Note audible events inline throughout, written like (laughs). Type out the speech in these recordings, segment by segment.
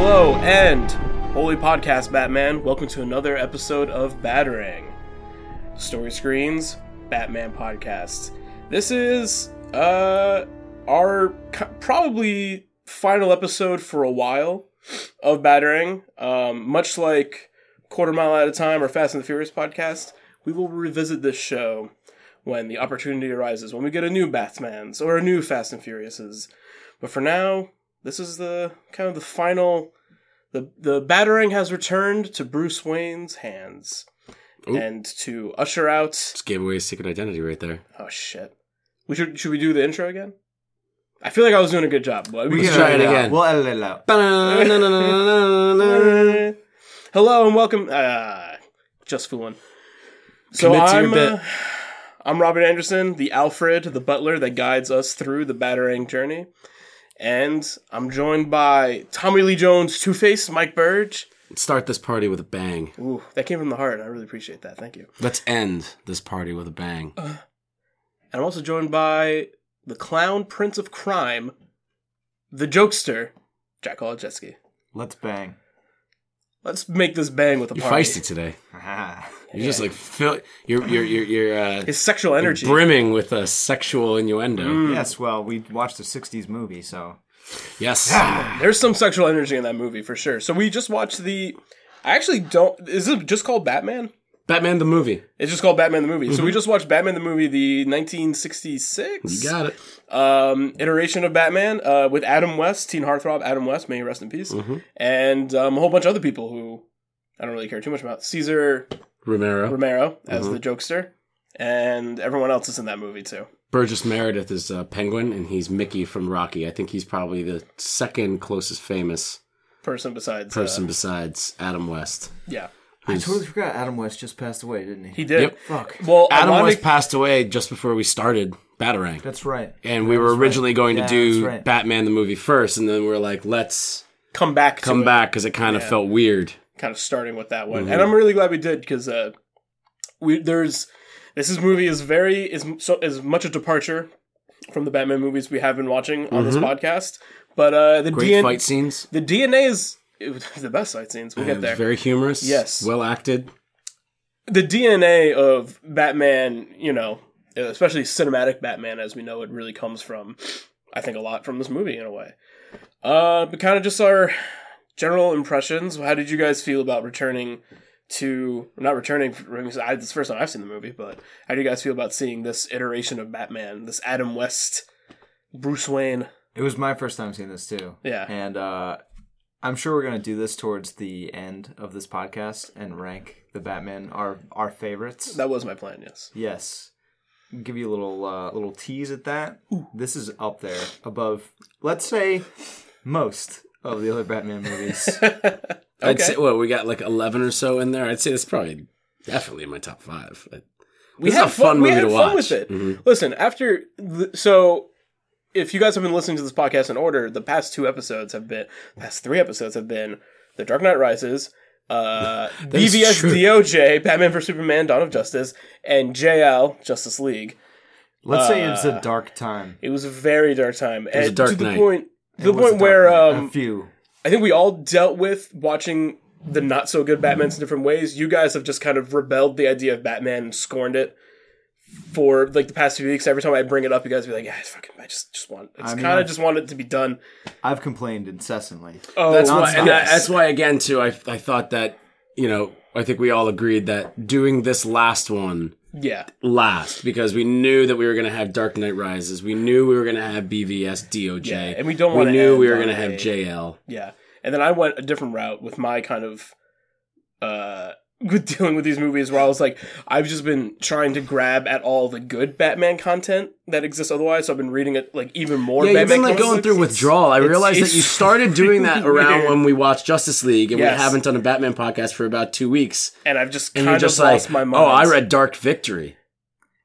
And holy podcast, Batman! Welcome to another episode of Batarang Story Screens Batman Podcast. This is uh our co- probably final episode for a while of Batarang. Um, much like Quarter Mile at a Time or Fast and the Furious podcast, we will revisit this show when the opportunity arises, when we get a new Batman's or a new Fast and Furious's. But for now, this is the kind of the final. The the battering has returned to Bruce Wayne's hands, Ooh. and to usher out. Just gave away his secret identity right there. Oh shit! We should should we do the intro again? I feel like I was doing a good job, but We we can try it out. again. We'll edit it out. Ba-na-na-na-na-na-na. Hello and welcome. Uh, just fooling. So Commit to your I'm bit. uh, I'm Robert Anderson, the Alfred, the butler that guides us through the battering journey, and I'm joined by Tommy Lee Jones, Two Face, Mike Burge. Start this party with a bang. Ooh, that came from the heart. I really appreciate that. Thank you. Let's end this party with a bang. And I'm also joined by the Clown Prince of Crime, the Jokester, Jack Olajetski. Let's bang. (laughs) Let's make this bang with a You're party. feisty today. You're Yeah. just like fill. You're you're you're you're, uh, His sexual energy. brimming with a sexual innuendo. yes, well, we watched a 60s movie, so. Yes. There's some sexual energy in that movie for sure. So we just watched the. I actually don't. Is it just called Batman? Batman the movie. It's just called Batman the movie. Mm-hmm. So we just watched Batman the movie, the 1966 You got it. um, iteration of Batman uh, with Adam West, teen heartthrob Adam West, may he rest in peace, Mm-hmm. and um, a whole bunch of other people who I don't really care too much about. Caesar Romero. Romero as Mm-hmm. the jokester, and everyone else is in that movie too. Burgess Meredith is uh, Penguin, and he's Mickey from Rocky. I think he's probably the second closest famous Person besides uh, person besides Adam West. yeah, I totally forgot Adam West just passed away, didn't he? he did. Yep. Fuck. Well, Adam Alana- West passed away just before we started Batarang. That's right. and we were That's right. originally going Yeah, to do that's right. Batman the movie first, and then we are like, let's come back, come to it. back Mm-hmm. because it kind of felt weird. kind of starting with that one, and I'm really glad we did because uh, we there's this is movie is very is m- so is much a departure from the Batman movies we have been watching on this podcast, but uh, the Mm-hmm. Great DN- fight scenes. the DNA is (laughs) it was the best sight scenes. We'll uh, get there. Very humorous. Yes. Well acted. the DNA of Batman, you know, especially cinematic Batman as we know it, really comes from, I think, a lot from this movie in a way. Uh, but kind of just our general impressions. How did you guys feel about returning to not returning? I mean, I- It's the first time I've seen the movie, but how do you guys feel about seeing this iteration of Batman, this Adam West, Bruce Wayne? It was my first time seeing this, too. Yeah. And uh, I'm sure we're going to do this towards the end of this podcast and rank the Batman, our, our favorites. That was my plan. Yes. Yes. Give you a little uh, little tease at that. This is up there above, let's say, most of the other (laughs) Batman movies. I'd Okay. say, well, we got like 11 or so in there. I'd say it's probably definitely in my top five. I- we This is had a fun we movie had to fun watch. Mm-hmm. with it. Listen, after the, so, if you guys have been listening to this podcast in order, the past two episodes have been past three episodes have been The Dark Knight Rises, (laughs) uh, is BVS true. DOJ, Batman vs Superman: Dawn of Justice, and JL Justice League. let's say it's Uh, a dark time. It was a very dark time, was and a dark to the night. point, It the was a point dark where night. um, a few. I think we all dealt with watching the not so good Batmans in different ways. You guys have just kind of rebelled the idea of Batman and scorned it for like the past few weeks. Every time I bring it up, you guys be like, "Yeah, it's fucking, I just just want, I just mean, kind I- of just want it to be done." I've complained incessantly. Oh, That's Well, why, and yes. that, that's why again too. I I thought that you know I think we all agreed that doing this last one yeah, last because we knew that we were going to have Dark Knight Rises. We knew we were going to have BVS DOJ, Yeah, and we don't We wanna knew we end were going to on have a- JL. yeah. And then I went a different route with my kind of, uh, (laughs) with dealing with these movies where I was like, I've just been trying to grab at all the good Batman content that exists. Otherwise, so I've been reading it like even more. Yeah, you've Batman been like comic going books. through withdrawal. I realized it's that (laughs) you started doing that really around weird. when we watched Justice League, and Yes. we haven't done a Batman podcast for about two weeks. and I've just And kind you're just of lost like, my mind. oh, I read Dark Victory.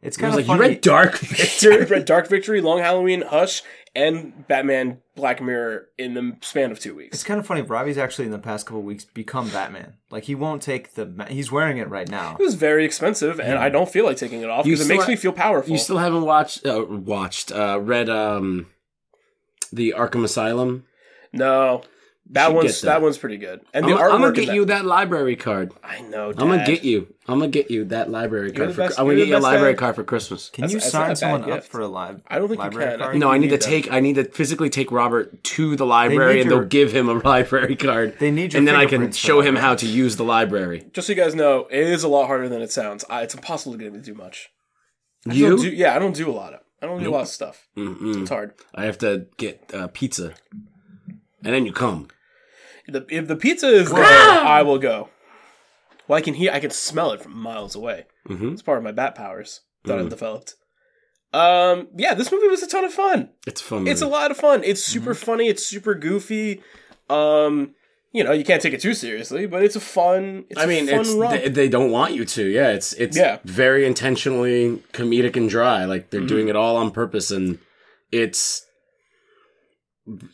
It's I kind was of like, funny. you (laughs) read Dark I Victory? read Dark Victory, Long Halloween, Hush, and Batman Black Mirror in the span of two It's weeks. kind of funny. Robbie's actually in the past couple weeks become Batman. Like he won't take the. Ma- he's wearing it right now. It was very expensive, and I don't feel like taking it off You because it still makes ha- me feel powerful. you still haven't watched, uh, watched, uh, read um, the Arkham Asylum no, That should one's get that. that. one's pretty good. And I'm, the artwork. I'm gonna in get that- you that library card. I know. I'm gonna Dad. get you. I'm gonna get you that library You're card. the For, best- I'm you're gonna the get you a best library dad. card for Christmas. Can That's- you that's not a sign bad someone up gift. for a live? I don't think you library can. I card? think- No, I You need to need that. take. I need to physically take Robert to the library, need and your- they'll give him a (laughs) library card. They need your and then I can fingerprints for show that. him how to use the library. Just so you guys know, it is a lot harder than it sounds. I, it's impossible to get me to do much. I You? Mm. don't do, yeah, I don't do a lot of. I don't do a lot of stuff. Mm-mm. It's hard. I have to get uh, pizza, and then you come. The, if the pizza is there, I will go. Well, I can hear, I can smell it from miles away. Mhm. It's part of my bat powers that Hmm. I've developed. Um, yeah, this movie was a ton of fun. It's fun. It's a lot of fun. It's Hmm. super funny. It's super goofy. Um, you know, you can't take it too seriously, but it's a fun. It's I mean, a fun it's romp. they, they don't want you to. Yeah, it's it's Yeah. very intentionally comedic and dry. Like they're doing it Mm-hmm. all on purpose, and it's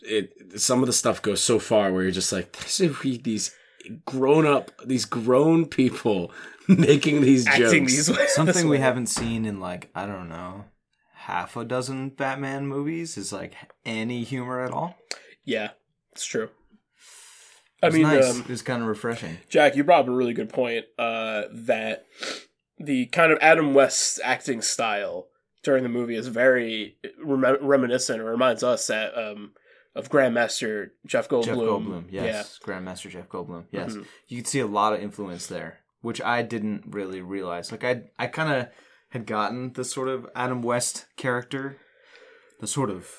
it. Some of the stuff goes so far where you're just like, these are we- these grown up, these grown people (laughs) making these acting jokes. these ways. this (laughs) Something we way. haven't seen in like I don't know half a dozen Batman movies is like any humor at all. (laughs) Yeah, it's true. I It's mean, nice. um, it was kind of refreshing. Jack, you brought up a really good point uh, that the kind of Adam West's acting style during the movie is very rem- reminiscent or reminds us that um, of Grandmaster Jeff Goldblum. Jeff Goldblum, yes, Grandmaster Jeff Goldblum, yes. Mhm. You could see a lot of influence there, which I didn't really realize. Like I, I kind of had gotten the sort of Adam West character, the sort of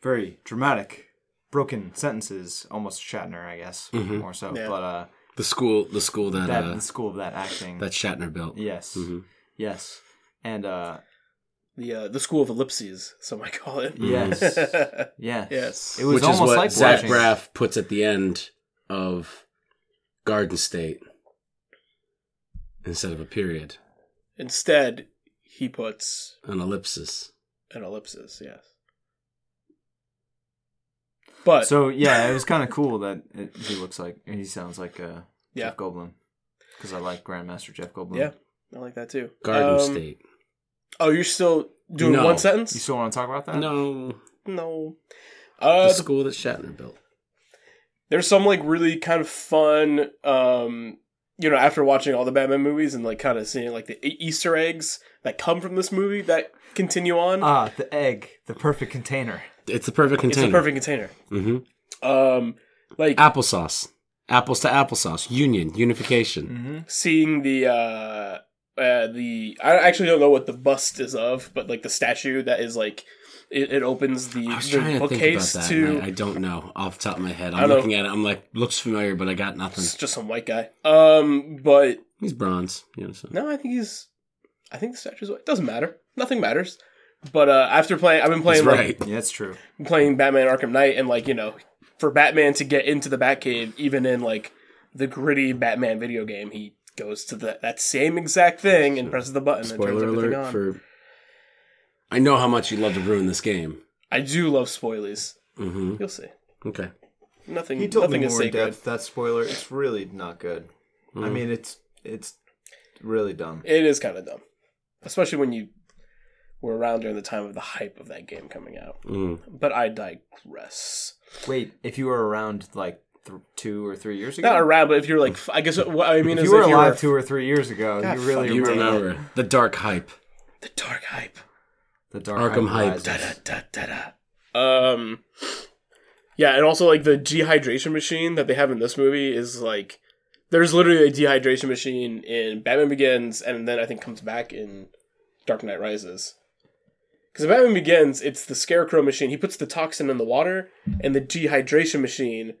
very dramatic, broken sentences, almost Shatner, I guess, more so. Yeah. But uh, Mm-hmm. The school, the school that that uh, the school of that acting, that Shatner built. yes, Mhm. yes, and uh, The uh, the School of Ellipses, some might call it. yes, yes, (laughs) Yes. It Mm-hmm. was which is almost what like Zach watching- Braff puts at the end of Garden State instead of a period, Instead, he puts an ellipsis. an ellipsis. Yes. But So yeah, it was kind of cool that it, he looks like he sounds like uh, Yeah. Jeff Goldblum because I like Grandmaster Jeff Goldblum. yeah, I like that too. Garden Um, State. Oh, you're still doing No. one you sentence? still want to talk about that? No, No. the Uh, school that Shatner built. there's some like really kind of fun um you know after watching all the batman movies and like kind of seeing like the e- easter eggs that come from this movie that continue on Uh, Ah, the egg, the perfect container. It's the perfect it's a container. perfect container hmm um like Applesauce. Apples to applesauce. Union. Unification. Mm-hmm. seeing the uh uh, the I actually don't know what the bust is of, but like the statue that is like it, it opens the, I was the trying to think about bookcase that. to and I, I don't know off the top of my head. I I'm don't- looking at it. I'm like, looks familiar, but I got nothing. it's just some white guy. Um, but He's bronze. You know, so. no, I think he's I think the statue's white. Doesn't matter. Nothing matters. But uh, after playing, I've been He's playing like right. Yeah, it's true. playing Batman Arkham Knight and like, you know, for Batman to get into the Batcave even in like the gritty Batman video game, he goes to the, that same exact thing and presses the button and Spoiler turns everything alert on. for. I know how much you love to ruin this game. I do love spoilies. hmm You'll see. Okay. Nothing He told nothing me is more in sacred. depth. That spoiler, it's really not good. I mean, it's it's really dumb. It is kind of dumb. Especially when you were around during the time of the hype of that game coming out. Mm. But I digress. Wait, if you were around like th- two or three years ago, Not around, but if you're like, f- I guess what I mean if is you were if alive you two or three years ago, God, you fuck really you, You Right. remember the dark hype. the dark hype. the dark Arkham hype. Rises. da da da da da. Um, yeah, and also like the dehydration machine that they have in this movie is like there's literally a dehydration machine in Batman Begins, and then I think comes back in Dark Knight Rises. Because in Batman Begins, it's the Scarecrow machine. He puts the toxin in the water, and the dehydration machine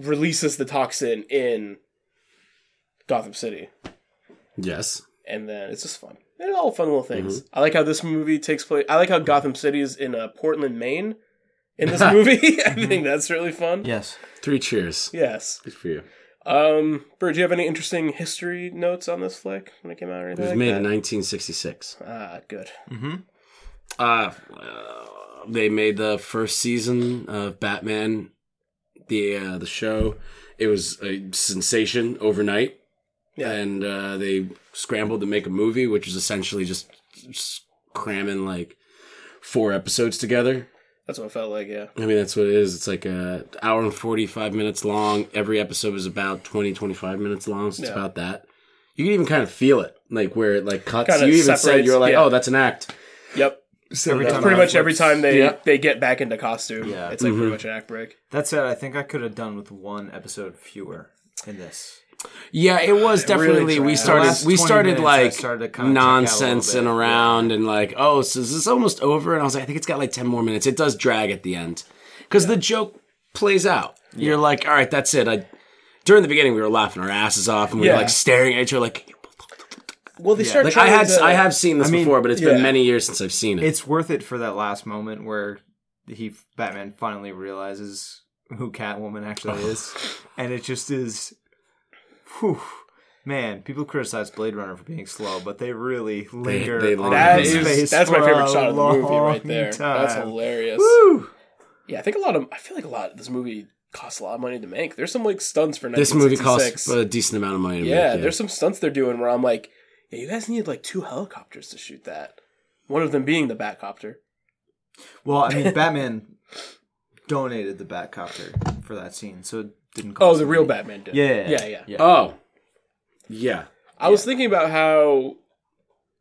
releases the toxin in Gotham City Yes. and then it's just fun. They're all fun little things. I like how this movie takes place. I like how Gotham City is in uh, Portland, Maine. In this movie, (laughs) I think that's really fun. Yes. Three cheers. Yes. Good for you. Um, Bird, do you have any interesting history notes on this flick when it came out or It anything? was like made that? in 1966. Ah, good. Mm-hmm. Uh, uh, they made the first season of Batman, the uh, the show. It was a sensation overnight, Yeah. and uh, they scrambled to make a movie, which is essentially just, just cramming like four episodes together. That's what it felt like, yeah. I mean, that's what it is. It's like a hour and 45 minutes long. Every episode is about 20, 25 minutes long. So it's Yeah. about that. You can even kind of feel it, like where it like cuts. Kinda you even said separates, you're like, yeah. oh, that's an act. Yep. So Every that's time pretty I much every time they Yeah. they get back into costume. Yeah. It's like Mhm. pretty much an act break. That said, I think I could have done with one episode fewer in this. Yeah, it was really definitely. we dragged. The started. last We 20 started minutes, I like started to kinda check out a little nonsense bit. and around and like, oh, so is this almost over? And I was like, I think it's got like ten more minutes. It does drag at the end because the joke plays out. You're like, all right, that's it. I during the beginning we were laughing our asses off and we Yeah. were like staring at each other like. Well, they start. Like I had, I have seen this I mean, before, but it's yeah. been many years since I've seen it. (laughs) It's worth it for that last moment where he Batman finally realizes who Catwoman actually (laughs) is, and it just is. Whew, man, people criticize Blade Runner for being slow, but they really linger they on linger. (laughs) That his is face that's my for a favorite shot of the movie right long there. That's time. hilarious. Woo! Yeah, I think a lot of I feel like a lot of this movie costs a lot of money to make. There's some like stunts for this movie costs 1966. a decent amount of money. To yeah, make, there's some stunts they're doing where I'm like, yeah, you guys need like two helicopters to shoot that. One of them being the Batcopter. Well, I (laughs) mean, Batman donated the Batcopter for that scene, so it didn't. Oh, Cost the real anything. Batman did. Yeah, yeah, yeah. oh, yeah. I was thinking about how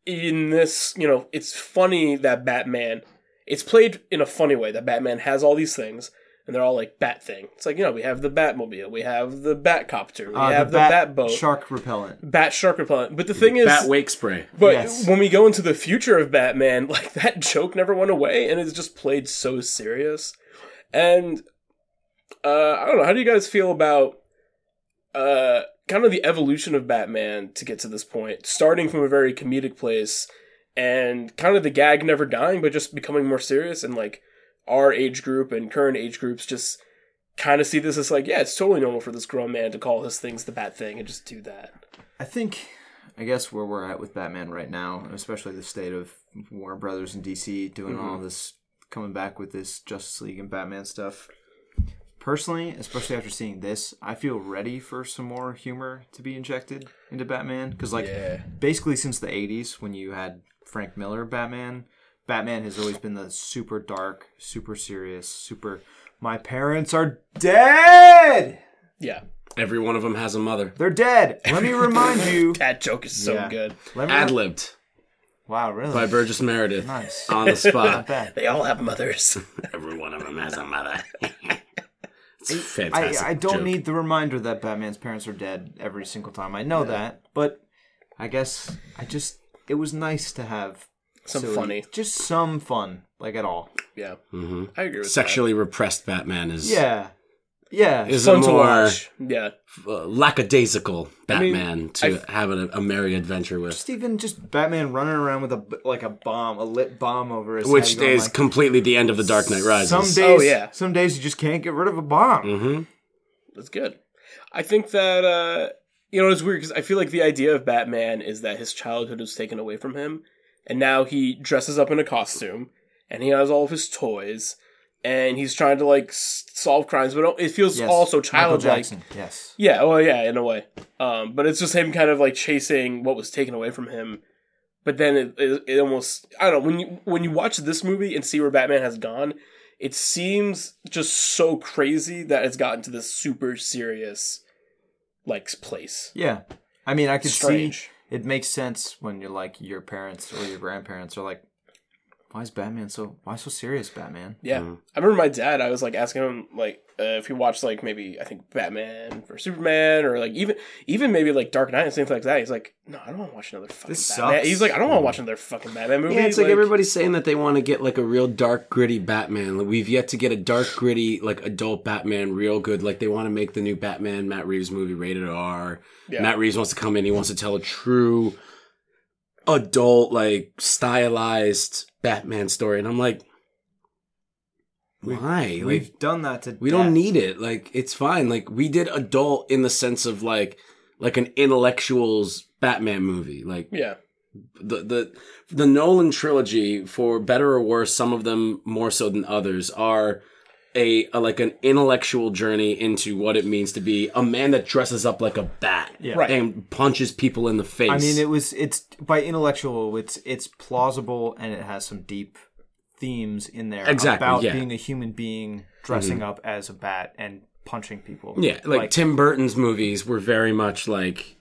in this, you know, it's funny that Batman it's played in a funny way that Batman has all these things and they're all like bat thing. It's like, you know, we have the Batmobile, we have the Batcopter, we Uh, have the, bat, Batboat, shark repellent. Bat Shark Repellent. But the thing is Bat wake spray. but Yes. when we go into the future of Batman, (laughs) like that joke never went away and it's just played so serious. And uh I don't know, how do you guys feel about uh kind of the evolution of Batman to get to this point, starting from a very comedic place and kind of the gag never dying but just becoming more serious and like our age group and current age groups just kind of see this as like yeah it's totally normal for this grown man to call his things the bat thing and just do that I think, I guess where we're at with Batman right now, especially the state of Warner Brothers and DC doing all this, coming back with this Justice League and Batman stuff. Personally, especially after seeing this, I feel ready for some more humor to be injected into Batman because, like, basically since the 80s when you had Frank Miller Batman, Batman has always been the super dark, super serious, super. My parents are dead. yeah Every one of them has a mother. They're dead. Let me remind you. that joke is so Yeah. good (laughs) Let me. Ad libbed wow, really? by Burgess Meredith. nice. on the Not spot. (laughs) bad. They all have mothers. Every one of them has a mother. (laughs) it's I, fantastic. I don't joke. need the reminder that Batman's parents are dead every single time. I know that, but I guess I just it was nice to have Some silly- funny. just some fun, like at all. Yeah, Mhm. I agree with sexually repressed Batman is Yeah, yeah. that. is a Fun to more watch. Yeah, uh, lackadaisical mean, Batman to I've- have a, a merry adventure with, Just even just Batman running around with a b- like a bomb, a lit bomb over his which head. going is like, completely the end of the Dark Knight Rises. some days. Oh, yeah. some days you just can't get rid of a bomb. hmm that's good. I think that uh you know it's weird because I feel like the idea of Batman is that his childhood was taken away from him, and now he dresses up in a costume and he has all of his toys, and he's trying to like s- solve crimes, but it feels Yes. also Michael childlike. Jackson, Yes, Yeah, well, yeah, in a way. Um, but it's just him kind of like chasing what was taken away from him. But then it, it, it almost I don't know when you when you watch this movie and see where Batman has gone, it seems just so crazy that it's gotten to this super serious like place. yeah. I mean, I could see Strange. it makes sense when you're like your parents or your grandparents are like, "Why is Batman so? Why so serious, Batman?" Yeah, Mm-hmm. I remember my dad. I was like asking him like uh, if he watched like maybe I think Batman or Superman or like even even maybe like Dark Knight and things like that. He's like, no, I don't want to watch another fucking This Batman. sucks. He's like, I don't want to watch another fucking Batman movie. Yeah, it's like, everybody's saying that they want to get like a real dark, gritty Batman. Like, We've yet to get a dark, gritty, like adult Batman, real good. Like they want to make the new Batman Matt Reeves movie rated R. Yeah. Matt Reeves wants to come in. He wants to tell a true adult, like stylized Batman story. And I'm like, why? like We've done that to. we death. don't need it. Like it's fine. Like we did adult in the sense of like like an intellectuals Batman movie. Like yeah. the the the Nolan trilogy, for better or worse, some of them more so than others, are a, a like an intellectual journey into what it means to be a man that dresses up like a bat Yeah. Right. and punches people in the face. I mean, it was it's by intellectual, it's it's plausible and it has some deep themes in there Exactly, about yeah. Mm-hmm. being a human being dressing up as a bat and punching people. Yeah, like, Tim Burton's movies were very much like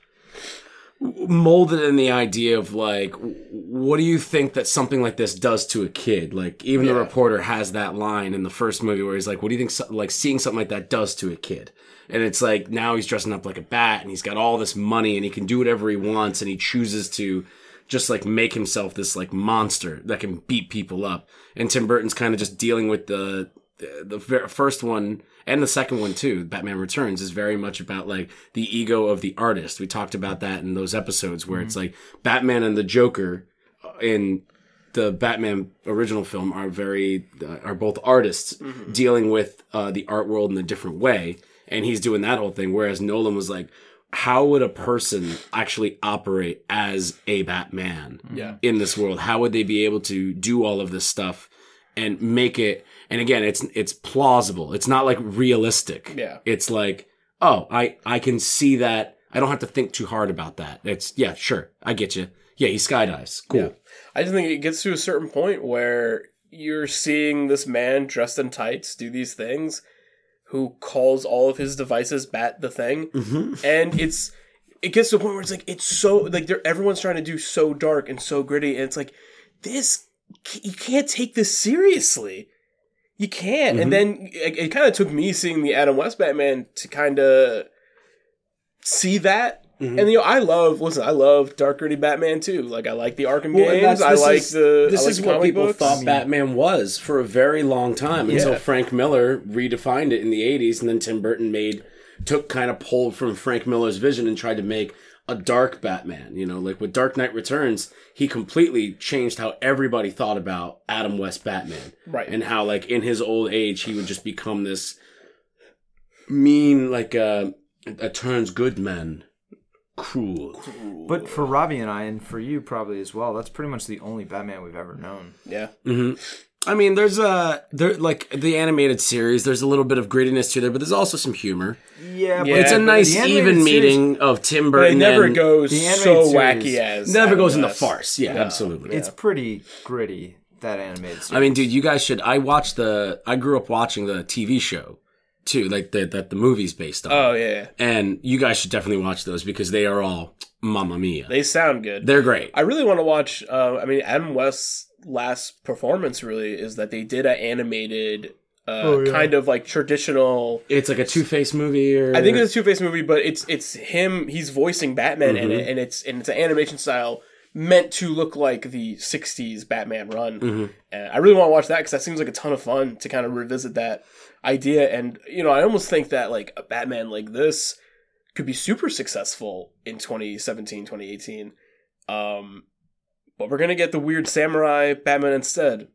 molded in the idea of like w- what do you think that something like this does to a kid like even the reporter has that line in the first movie where he's like what do you think so- like seeing something like that does to a kid and it's like now he's dressing up like a bat and he's got all this money and he can do whatever he wants and he chooses to just like make himself this like monster that can beat people up and Tim Burton's kind of just dealing with the the ver- first one and the second one too, Batman Returns, is very much about like the ego of the artist. We talked about that in those episodes where it's like Batman and the Joker in the Batman original film are very uh, are both artists Mm-hmm. dealing with uh, the art world in a different way, and he's doing that whole thing. Whereas Nolan was like, how would a person actually operate as a Batman? Mm-hmm. Yeah. in this world? How would they be able to do all of this stuff and make it? And again, it's it's plausible. It's not like realistic. Yeah. It's like, oh, I I can see that. I don't have to think too hard about that. It's yeah, sure, I get you. Yeah, he skydives. Cool. I just think it gets to a certain point where you're seeing this man dressed in tights do these things who calls all of his devices bat the thing and it's it gets to a point where it's like it's so like they're everyone's trying to do so dark and so gritty and it's like this you can't take this seriously you can't Mm-hmm. and then it, it kind of took me seeing the adam west batman to kind of see that Mm-hmm. and you know i love listen i love dark gritty batman too like i like the arkham Well, and games that's- i this like is- the This I like is the what comic people books. thought Batman was for a very long time until Frank Miller redefined it in the '80s, and then Tim Burton made took kind of pulled from Frank Miller's vision and tried to make a dark Batman. You know, like with Dark Knight Returns, he completely changed how everybody thought about Adam West Batman, Right. And how like in his old age he would just become this mean, like a a turns good man, cruel. But for Robbie and I, and for you probably as well, that's pretty much the only Batman we've ever known. yeah hmm I mean, there's a there like the animated series. There's a little bit of grittiness to there, but there's also some humor. Yeah, Yeah, but it's a but nice the animated even series- meeting of Tim but it Burton. never and- goes the animated so series wacky as never Adam goes into West. farce. Yeah, absolutely. it's pretty gritty that animated series. I mean, dude, you guys should. I watched the. I grew up watching the TV show too, like the, that the movie's based on, oh yeah and you guys should definitely watch those because they are all mamma mia. they sound good They're great. I really want to watch. Uh, I mean, Adam West's last performance really is that they did an animated, uh, kind of like traditional. It's like a Two Face movie, or I think it's a Two Face movie, but it's it's him. He's voicing Batman in Mm-hmm. it, and it's and it's an animation style meant to look like the '60s Batman run. Mm-hmm. And I really want to watch that because that seems like a ton of fun to kind of revisit that idea. And you know, I almost think that like a Batman like this could be super successful in 2017, 2018. Um, but we're gonna get the weird samurai Batman instead.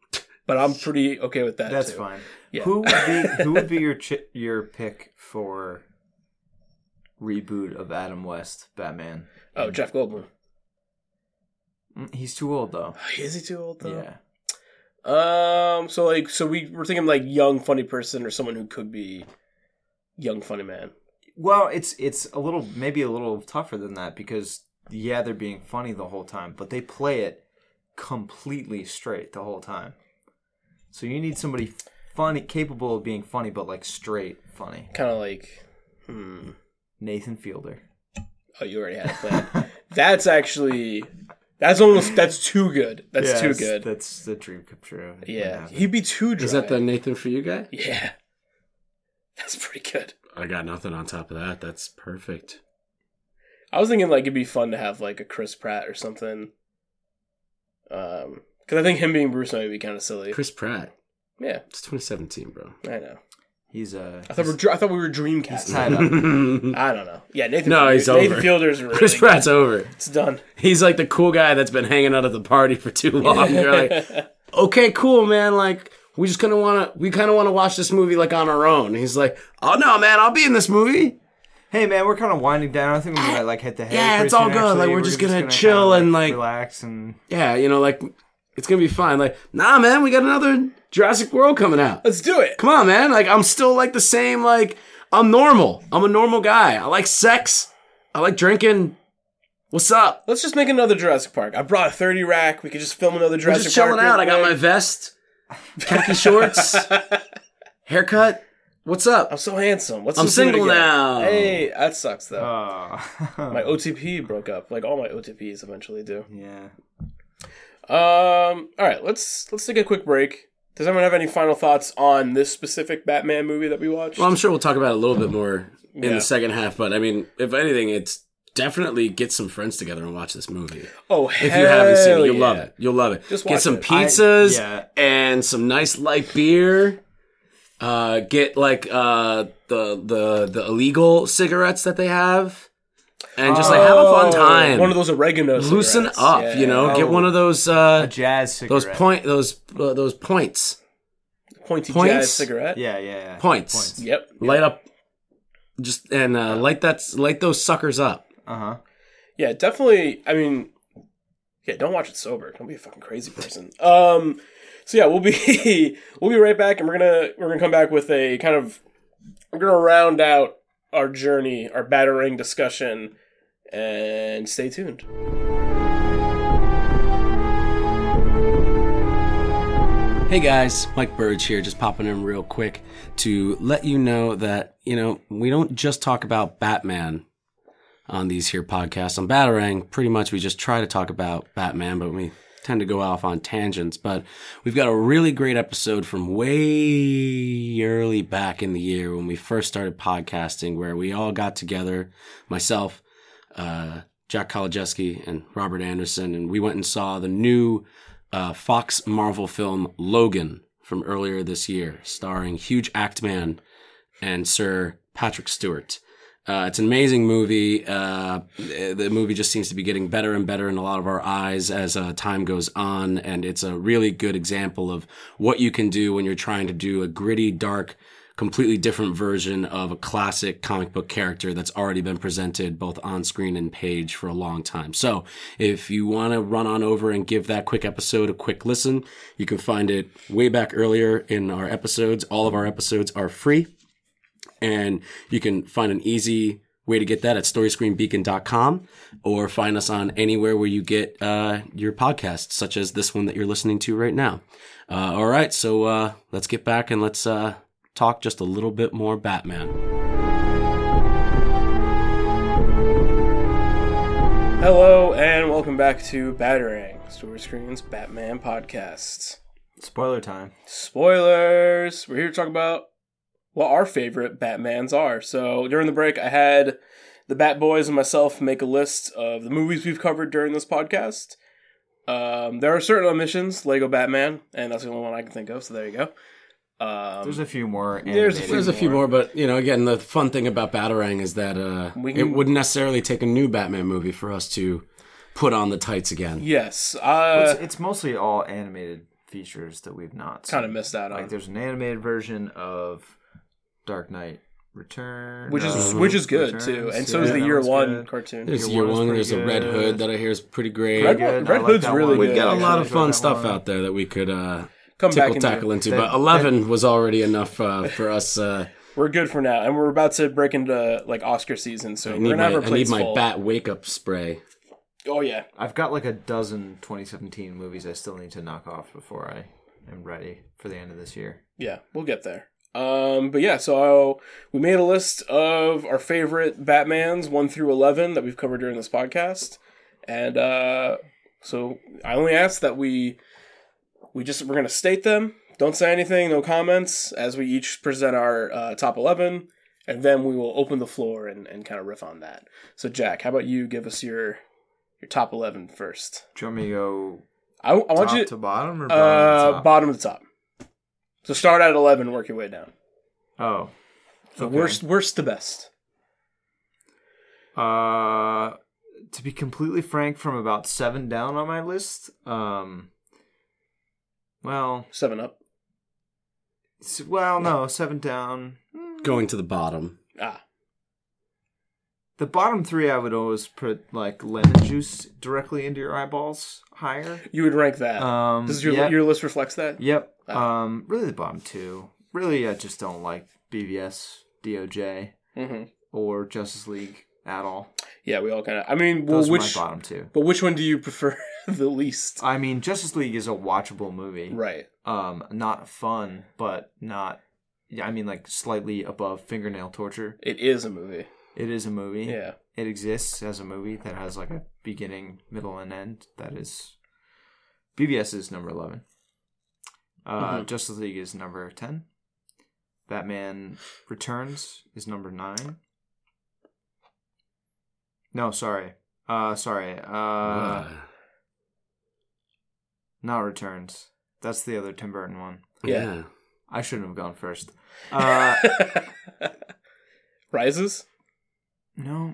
But I'm pretty okay with that. That's too. fine. Yeah. Who would (laughs) be who would be your chi- your pick for reboot of Adam West Batman? Oh, Jeff Goldblum. Mm, He's too old though. Is he too old though? Yeah. Um. So like, so we we're thinking like young funny person or someone who could be young funny man. Well, it's it's a little maybe a little tougher than that because yeah, they're being funny the whole time, but they play it completely straight the whole time. So you need somebody funny, capable of being funny, but like straight funny. Kind of like, hmm. Nathan Fielder. Oh, you already had a (laughs) plan. that's actually that's almost that's too good. That's Yeah, too that's- good. That's the dream come true. It wouldn't yeah, happen. he'd be too dry. Is that the Nathan for you guy? Yeah, (laughs) that's pretty good. I got nothing on top of that. That's perfect. I was thinking like it'd be fun to have like a Chris Pratt or something. Um, because I think him being Bruce Wayne would be kind of silly. Chris Pratt. Yeah, It's 2017, bro. I know. he's a. I thought we we're I thought we were Dreamcast. tied up. I don't know. Yeah, Nathan. No, Fielder, he's Nathan over. (laughs) Fielder's (laughs) really Chris good. Pratt's over. It's done. He's like the cool guy that's been hanging out at the party for too long. You're (laughs) like, okay, cool, man. Like, we just kind of want to, we kind of want to watch this movie like on our own. And he's like, oh no, man, I'll be in this movie. Hey man, we're kind of winding down. I think we might like hit the head. Yeah, pretty it's all soon, good. Like, actually. we're just gonna chill and, like- relax (laughs) and Yeah, you know, like it's gonna be fine. Like, nah, man, we got another Jurassic World coming out. Let's do it. Come on, man. Like, I'm still like the same. Like, I'm normal. I'm a normal guy. I like sex. I like drinking. What's up? Let's just make another Jurassic Park. I brought a thirty rack. We could just film another I'm Jurassic just Park. chilling real out. I got my quick. vest. (laughs) khaki shorts, haircut. What's up? I'm so handsome. What's I'm this doing single again? now. Hey, that sucks though. my Uh, OTP broke up. Like all my OTPs eventually do. (laughs) yeah. Um. All right. Let's let's take a quick break. Does anyone have any final thoughts on this specific Batman movie that we watched? Well, I'm sure we'll talk about it a little bit more in Yeah. the second half, but I mean, if anything, it's definitely get some friends together and watch this movie. oh, If you haven't seen hell it, you'll love yeah. it. You'll love it. Just watch get some it. pizzas I- yeah. and some nice light beer. Uh, get like uh, the the the illegal cigarettes that they have, and just like have a fun time. Oh, One of those oregano. Loosen cigarettes. up, Yeah. you know. Get Oh. one of those A uh, jazz cigarette. those point those uh, those points Oh, pointy Points? jazz cigarette. Yeah, yeah, yeah. Points. Yep. light up. Just and uh, light that light those suckers up. Uh huh. Yeah, definitely. I mean, yeah, don't watch it sober. Don't be a fucking crazy person. Um, so yeah, we'll be (laughs) we'll be right back, and we're gonna we're gonna come back with a kind of we're gonna round out our journey, our battering discussion, and stay tuned. Hey guys, Mike Burge here, just popping in real quick to let you know that, you know, we don't just talk about Batman on these here podcasts. On Batarang, pretty much we just try to talk about Batman, but we tend to go off on tangents. But we've got a really great episode from way early back in the year when we first started podcasting, where we all got together, myself, uh, Jack Kolodziejski and Robert Anderson, and we went and saw the new uh, Fox Marvel film Logan from earlier this year, starring huge act man and Sir Patrick Stewart. Uh, it's an amazing movie. Uh, the movie just seems to be getting better and better in a lot of our eyes as uh, time goes on, and it's a really good example of what you can do when you're trying to do a gritty, dark, completely different version of a classic comic book character that's already been presented both on screen and page for a long time. So if you want to run on over and give that quick episode a quick listen, you can find it way back earlier in our episodes. All of our episodes are free and you can find an easy way to get that at storyscreenbeacon.com or find us on anywhere where you get uh, your podcasts such as this one that you're listening to right now uh, all right so uh, let's get back and let's uh, talk just a little bit more batman Hello, and welcome back to Batarang Story Screen's Batman podcast. Spoiler time. Spoilers. We're here to talk about what our favorite Batmans are. So during the break, I had the Bat Boys and myself make a list of the movies we've covered during this podcast. Um, there are certain omissions, Lego Batman, and that's the only one I can think of. So there you go. Um, There's a few more. there's a animated. few- there's a few more but you know again the fun thing about batarang is that uh, We it can- wouldn't necessarily take a new batman movie for us to put on the tights again yes, It's, I it's mostly all animated features that we've not seen. kind of missed out on, like there's an animated version of Dark Knight Return, which is uh, which is good too, Returns. and so Yeah, is the that year one's one good. cartoon. there's year Year One is one pretty there's a red good. hood that i hear is pretty great Red Good, Red I like Hood's that really good, one. We've got a lot of Enjoyed fun that stuff one. out there that we could uh, Come back tickle and tackle into, That- but eleven was already enough uh, for us. Uh, we're good for now, and we're about to break into like Oscar season, (laughs) so I we're need gonna my, have our I need plates my full. bat wake up spray. Oh yeah, I've got like a dozen 2017 movies I still need to knock off before I am ready for the end of this year. yeah, we'll get there. Um, but yeah, so we made a list of our favorite Batmans one through eleven that we've covered during this podcast, and uh, so I only ask that we we just we're gonna state them. Don't say anything, no comments, as we each present our uh, top eleven, and then we will open the floor and, and kind of riff on that. So Jack, how about you give us your your top eleven first? Do you want me to go I, I want top you to bottom or uh, bottom to top? bottom to top. So start at eleven, work your way down. oh, So Okay. worst, worst to best. Uh, to be completely frank, from about seven down on my list, um, well, Seven up. s- well, no, seven down. Going to the bottom. Ah, The bottom three, I would always put like lemon juice directly into your eyeballs, higher. you would rank that. Um, Does your yeah. your list reflects that? Yep. Um, really the bottom two. Really, I just don't like BVS, DOJ, hmm or Justice League at all. Yeah, we all kind of. I mean, well, Those are which my bottom two. but which one do you prefer? (laughs) the least. I mean, Justice League is a watchable movie. Right. Um, not fun, but not. yeah, I mean, like slightly above fingernail torture. It is a movie. It is a movie. Yeah. (laughs) It exists as a movie that has like a beginning, middle, and end. That is BBS is number eleven. Uh, Mhm. Justice League is number ten. Batman Returns is number nine. No, sorry. Uh, sorry. uh. Not Returns. That's the other Tim Burton one. yeah. I shouldn't have gone first. Uh, Rises? no,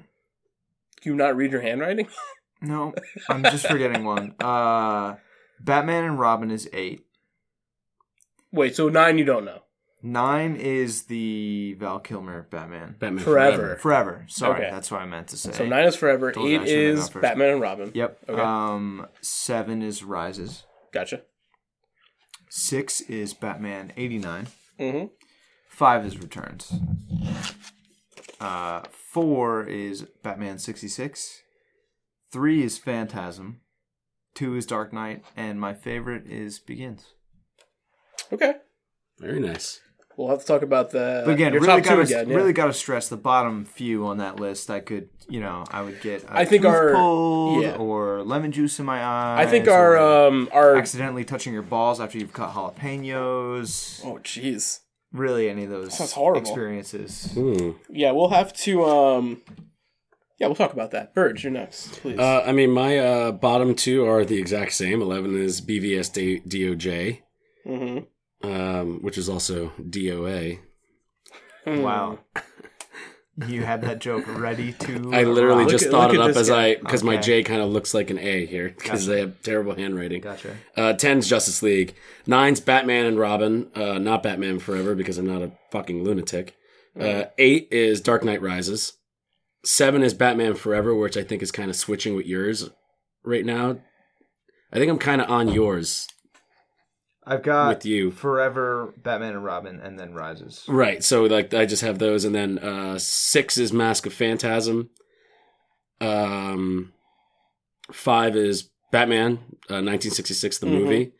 Do you not read your handwriting? (laughs) no. I'm just forgetting one. Uh, Batman and Robin is eight. Wait, so nine you don't know. Nine is the Val Kilmer Batman. Batman Forever. Forever. Sorry, Okay. that's what I meant to say. So nine is forever. Told you I Eight should've is gone first. Batman and Robin. Yep. Okay. Um, seven is Rises. Gotcha. Six is Batman 89. hmm Five is Returns. Uh, four is Batman 66. Three is Phantasm. Two is Dark Knight. And my favorite is Begins. Okay. Very nice. We'll have to talk about the But again, your really Uh, top two gotta, again. yeah. really gotta stress the bottom few on that list. I could, you know, I would get a I think tooth our- pulled yeah. or lemon juice in my eye. I think our um our accidentally touching your balls after you've cut jalapenos. oh jeez Really, any of those Sounds horrible. experiences. Hmm. yeah we'll have to um yeah we'll talk about that. Bird, you're next, please. Uh, I mean, my uh, bottom two are the exact same. Eleven is BVS D- DOJ, hmm um, which is also DOA. Wow. you had that joke ready to. I literally rock. just at- thought look it at up this as guy. I because my Okay. J kind of looks like an A here because I have terrible handwriting. Gotcha. Uh, ten's Justice League. Nine's Batman and Robin. Uh, not Batman Forever because I'm not a fucking lunatic. Uh, eight is Dark Knight Rises. Seven is Batman Forever, which I think is kind of switching with yours right now. I think I'm kind of on yours I've got with you. Forever, Batman and Robin, and then Rises. Right. So like I just have those, and then uh, six is Mask of Phantasm. Um, five is Batman, uh, 1966, the Mhm. movie.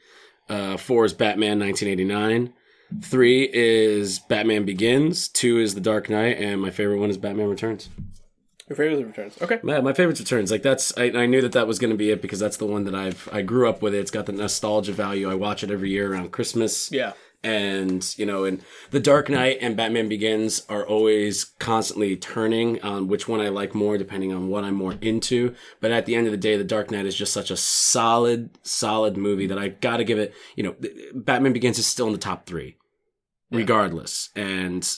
Uh, four is Batman, 1989. Three is Batman Begins. Two is The Dark Knight, and my favorite one is Batman Returns. Your favorite is returns. Okay. My, my favorite's Returns. Like that's I, I knew that that was going to be it because that's the one that I've I grew up with. It. It's got the nostalgia value. I watch it every year around Christmas Yeah. and you know and the dark knight and batman begins are always constantly turning on which one i like more depending on what i'm more into but at the end of the day the dark knight is just such a solid solid movie that i gotta give it you know batman begins is still in the top three regardless and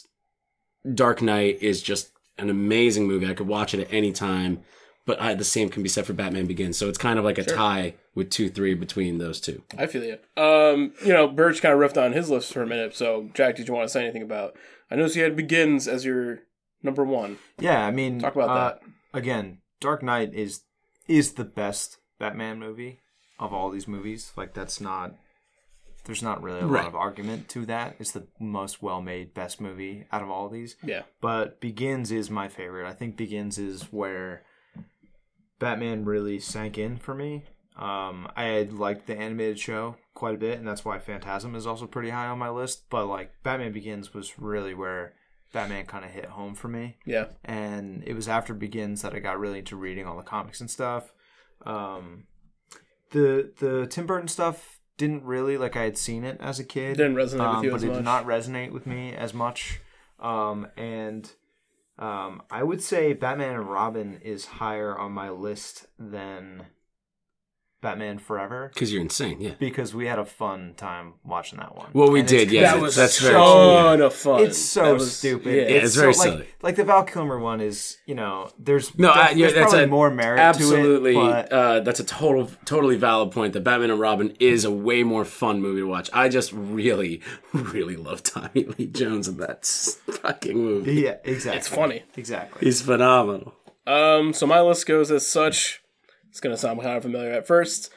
dark knight is just an amazing movie i could watch it at any time but I, the same can be said for batman begins so it's kind of like a tie with two three between those two I feel you. Um, you know, Birch kind of riffed on his list for a minute. So, Jack, did you want to say anything about? I noticed you had begins as your number one. Yeah, I mean, Talk about uh, again. Dark Knight is is the best Batman movie of all these movies. Like that's not there's not really a Right. lot of argument to that. It's the most well made, best movie out of all these. Yeah. But Begins is my favorite. I think Begins is where Batman really sank in for me. Um, I had liked the animated show quite a bit, and that's why Phantasm is also pretty high on my list. But like Batman Begins was really where Batman kind of hit home for me Yeah. and it was after Begins that I got really into reading all the comics and stuff. Um, the the Tim Burton stuff didn't really like I had seen it as a kid. Didn't resonate with um, you but as it much. did not resonate with me as much. Um, and um, I would say Batman and Robin is higher on my list than Batman Forever because you're insane yeah because we had a fun time watching that one. Well, we And it's did, yeah. crazy. That was that's so very ton of fun. It's so That was- stupid. Yeah. it's very so, silly. Like, like the Val Kilmer one is, you know, there's No, there- I, yeah, there's that's probably a, more merit absolutely, to it. But uh, that's a total, totally valid point. That Batman and Robin is a way more fun movie to watch. I just really, (laughs) really love Tommy Lee Jones in that s- fucking movie. yeah, exactly. it's funny. Exactly. He's phenomenal. Um, so my list goes as such. It's gonna sound kind of familiar at first.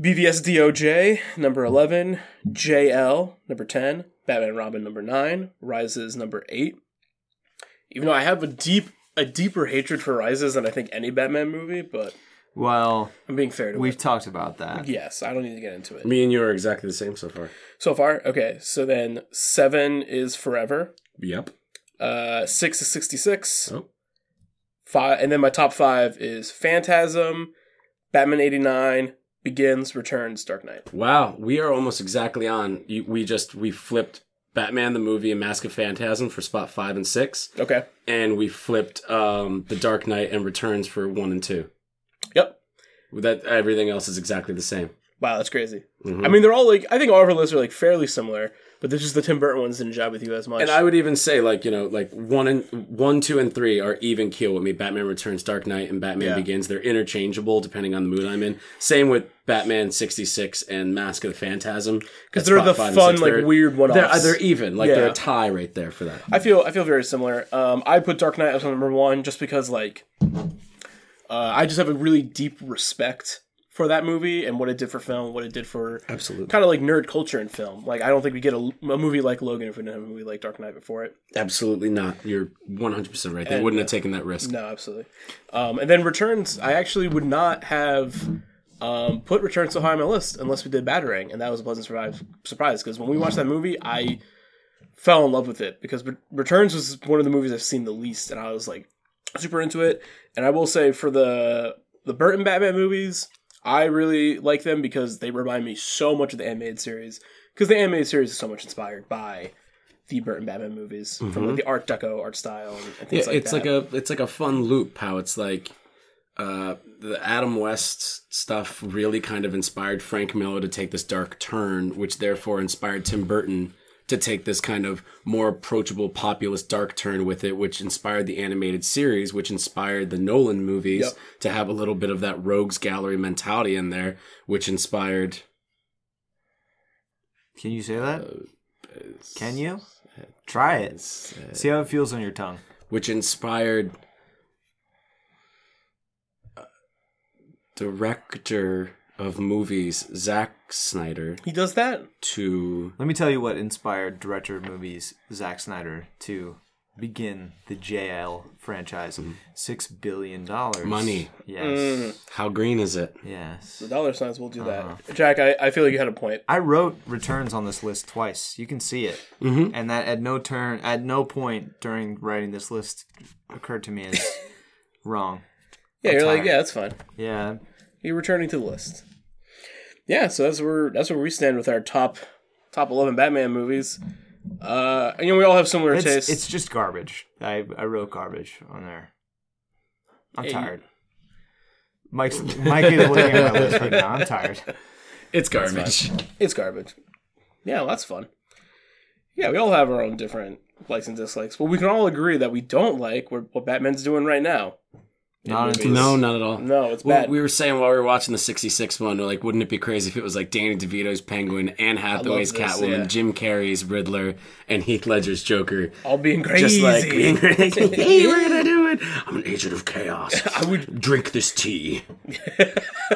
BVS DOJ number eleven, JL number ten, Batman and Robin number nine, Rises number eight. Even though I have a deep, a deeper hatred for Rises than I think any Batman movie, but Well, I'm being fair to we've we talked about that. Yes, I don't need to get into it. Me and you are exactly the same so far. So far, okay. So then seven is forever. Yep. Uh, six is sixty-six. Oh. Five, and then my top five is Phantasm, Batman '89, Begins, Returns, Dark Knight. Wow, we are almost exactly on. You, we just we flipped Batman the movie and Mask of Phantasm for spot five and six, Okay. and we flipped um, the Dark Knight and Returns for one and two. Yep. That everything else is exactly the same. Wow, that's crazy. Mhm. I mean, they're all like I think all of our lists are like fairly similar, but there's just the Tim Burton ones didn't jive with you as much. And I would even say like you know like one and one, two, and three are even keel with me. Batman Returns, Dark Knight, and Batman Yeah. Begins. They're interchangeable depending on the mood I'm in. Same with Batman sixty six and Mask of the Phantasm because they're the fun, like weird one They're, uh, offs. they're even like they're Yeah. a tie right there for that. I feel I feel very similar. Um, I put Dark Knight as my number one just because like uh, I just have a really deep respect for that movie and what it did for film, what it did for Absolutely. kind of like nerd culture in film. Like I don't think we get a, a movie like Logan if we didn't have a movie like Dark Knight before it. Absolutely not. You're 100% right. They wouldn't have taken that risk. No, absolutely. Um, and then Returns, I actually would not have um, put Returns so high on my list unless we did Battering, and that was a pleasant surprise surprise because when we watched that movie, I fell in love with it because Re- Returns was one of the movies I've seen the least, and I was like super into it. And I will say for the the Burton Batman movies, I really like them because they remind me so much of the animated series because the animated series is so much inspired by. The Burton Batman movies from like the Art Deco art style and, and things Mm-hmm. Yeah, like it's that. like a it's like a fun loop how it's like uh, the Adam West stuff really kind of inspired Frank Miller to take this dark turn, which therefore inspired Tim Burton to take this kind of more approachable populist dark turn with it, which inspired the animated series, which inspired the Nolan movies Yep. to have a little bit of that rogues gallery mentality in there, which inspired Can you say that? Can you? Try it. See how it feels on your tongue. which inspired uh, director of movies Zack Snyder He does that. to Let me tell you what inspired director of movies Zack Snyder to begin the JL franchise. Six billion dollars. Mm-hmm. Money. Yes. Mm. How Green Is It? Yes. The dollar signs will do Uh-huh. that. Jack, I, I feel like you had a point. I wrote returns on this list twice. You can see it, Mm-hmm. and that at no turn, at no point during writing this list occurred to me (laughs) as wrong. Yeah, you're like, tired. yeah, that's fine. Yeah, You're returning to the list. Yeah, so that's where that's where we stand with our top top eleven Batman movies. Uh, you know, we all have similar it's tastes. it's just garbage. I I wrote garbage on there. I'm Hey, you- tired. (laughs) Mike's Mike is looking at my list right now. I'm tired. It's garbage. It's garbage. Yeah, well, that's fun. Yeah, we all have our own different likes and dislikes, but we can all agree that we don't like what, what Batman's doing right now. Not movies. until No, not at all. No, it's Well, bad. we were saying while we were watching the '66 one, we're like, wouldn't it be crazy if it was like Danny DeVito's Penguin, Anne Hathaway's this, Catwoman, yeah. Jim Carrey's Riddler, and Heath Ledger's Joker? all being crazy. Just like (laughs) being like, hey, we're gonna do it. I'm an agent of chaos. (laughs) I would drink this tea, (laughs)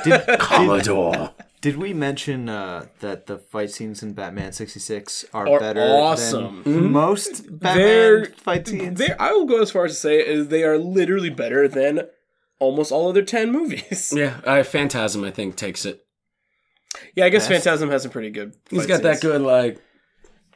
did, Commodore. did we mention uh, that the fight scenes in Batman '66 are, Are better awesome. than most Batman They're- fight scenes? They, I will go as far as to say is they are literally better than almost all other ten (laughs) movies. Yeah, uh, Phantasm, I think, takes it. Yeah, I guess Yes. Phantasm has some pretty good. He's fight got that scenes. good, like.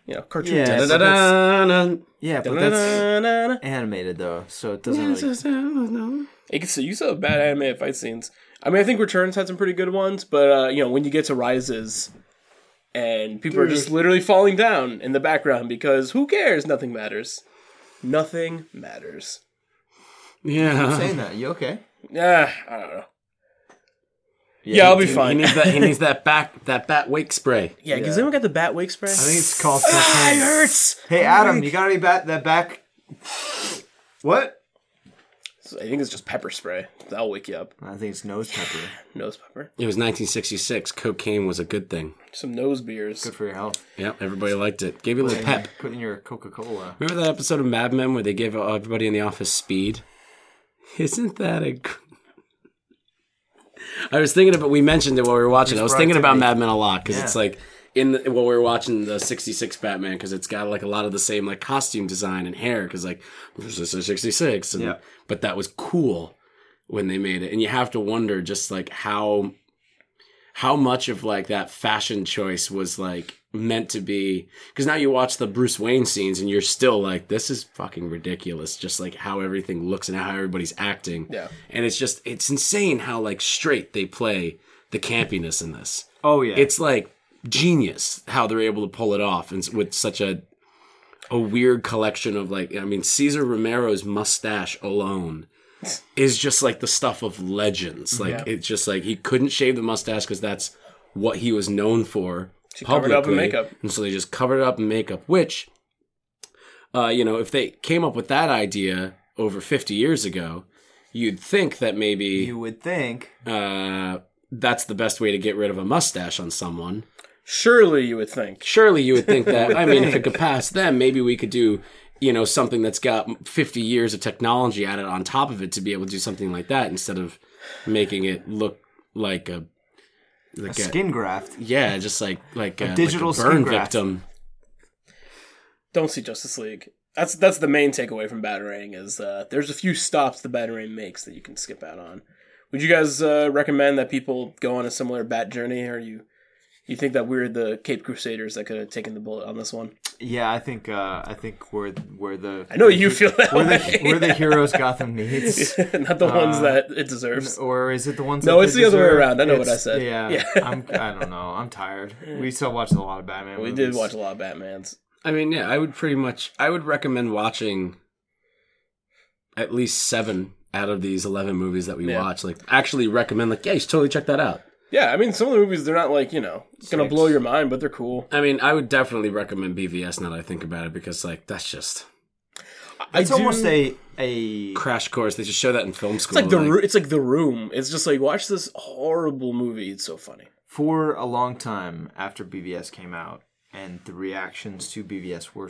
you know, cartoon. Yeah. dance. (laughs) so da-da-da-da-da. Yeah, but that's Da-da-da-da-da. animated though, so it doesn't. (laughs) Really... You can see you saw bad animated fight scenes. I mean, I think Returns had some pretty good ones, but uh, you know, when you get to Rises, and people are just literally falling down in the background because who cares? Nothing matters. Nothing matters. Yeah. Saying that, you okay? Yeah, I don't know. Yeah, I'll be He fine. needs that. (laughs) He needs that back. That bat wake spray. Yeah, because anyone got the bat wake spray? I think it's called. cocaine. hurts. Hey Adam, you got any bat that back? What? I think it's just pepper spray. That'll wake you up. I think it's nose pepper. Nose pepper. It was 1966. Cocaine was a good thing. Some nose beers. Good for your health. Yep, everybody liked it. Gave you a little pep. Put in your Coca Cola. Remember that episode of Mad Men where they gave everybody in the office speed? Isn't that a. gr- I was thinking about, we mentioned it while we were watching. I was thinking about Mad Men a lot because it's Yeah. like, in the, while we were watching the 66 Batman, because it's got like a lot of the same like costume design and hair, because like, this is a 66. And, Yeah. But that was cool. when they made it, and you have to wonder just like how how much of like that fashion choice was like meant to be because now you watch the Bruce Wayne scenes and you're still like this is fucking ridiculous just like how everything looks and how everybody's acting Yeah. and it's just it's insane how like straight they play the campiness in this Oh yeah, it's like genius how they're able to pull it off and s- with such a a weird collection of like I mean Caesar Romero's mustache (laughs) alone is just like the stuff of legends. Like it's just like he couldn't shave the mustache because that's what he was known for. covered publicly, it up in makeup. and so they just covered it up in makeup. Which, uh, you know, if they came up with that idea over fifty years ago, you'd think that maybe you would think. uh, that's the best way to get rid of a mustache on someone. Surely you would think. Surely you would think that. I mean, if (laughs) it could pass them, maybe we could do, you know, something that's got 50 years of technology added on top of it to be able to do something like that instead of making it look like a, like a, Skin graft. yeah, just like like a, like a digital skin burn graft. victim. Don't see Justice League. That's that's the main takeaway from Batarang is uh, there's a few stops the Batarang makes that you can skip out on. Would you guys uh, recommend that people go on a similar bat journey, or you you think that we're the Cape Crusaders that could have taken the bullet on this one? Yeah, I think uh, I think we're we're the I know you (laughs) feel that we're the way. (laughs) we're Uh, the heroes Gotham needs. Not the ones that it deserves. Or is it the ones? No, that it's they the other way deserve? around. I know what It's- I said. Yeah, Yeah. I'm, I don't know. I'm tired. We still watched a lot of Batman. we did watch a lot of Batman's. I mean, yeah, I would pretty much I would recommend watching at least 7 out of these 11 movies that we Yeah. watch. Like actually recommend like, yeah, you should totally check that out. Yeah, I mean, some of the movies they're not like you know gonna Six. blow your mind, but they're cool. I mean, I would definitely recommend BVS now that I think about it because, like, that's just It's I do- almost a a crash course. They just show that in film school. It's like the Ru- it's like the room. It's just like watch this horrible movie. It's so funny. for a long time after BVS came out, and the reactions to BVS were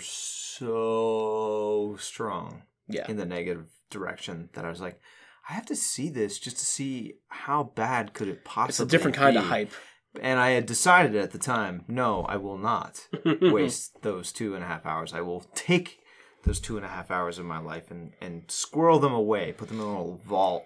so strong Yeah. in the negative direction that I was like, I have to see this just to see how bad could it possibly. It's a different kind of be. hype. And I had decided at the time, no, I will not (laughs) waste those two and a half hours. I will take those two and a half hours of my life and, and squirrel them away, put them in a little vault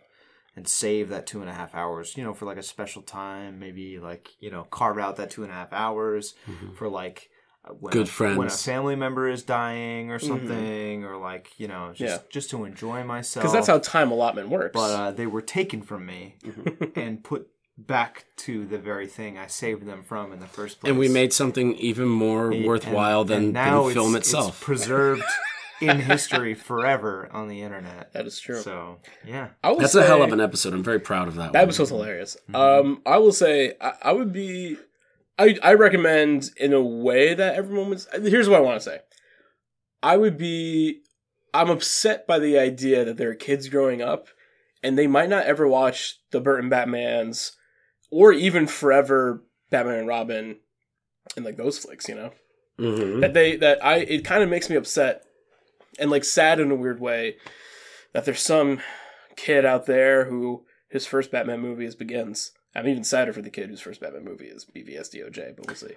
and save that two and a half hours, you know, for like a special time, maybe like, you know, carve out that two and a half hours Mm-hmm. for like uh, when Good when a friends. family member is dying or something, or like, you know, just Mm-hmm. Yeah. just to enjoy myself. Because that's how time allotment works. but uh, they were taken from me Mm-hmm. and put back to the very thing I saved them from in the first place. and we made something even more And- worthwhile than, and now than film it's- itself. (laughs) It's preserved in history forever on the internet. that is true. So yeah, I will that's a hell of say- an episode. I'm very proud of that. That one. Mm-hmm. episode's hilarious. Um, I will say I, I would be, I I recommend in a way that everyone was. Here's what I want to say. I would be, I'm upset by the idea that there are kids growing up, and they might not ever watch the Burton Batman's, or even forever Batman and Robin, and like those flicks. You know, Mhm. that they that I it kind of makes me upset and like sad in a weird way that there's some kid out there who his first Batman movie is Begins. I'm even sadder for the kid whose first Batman movie is BVSDOJ, but we'll see.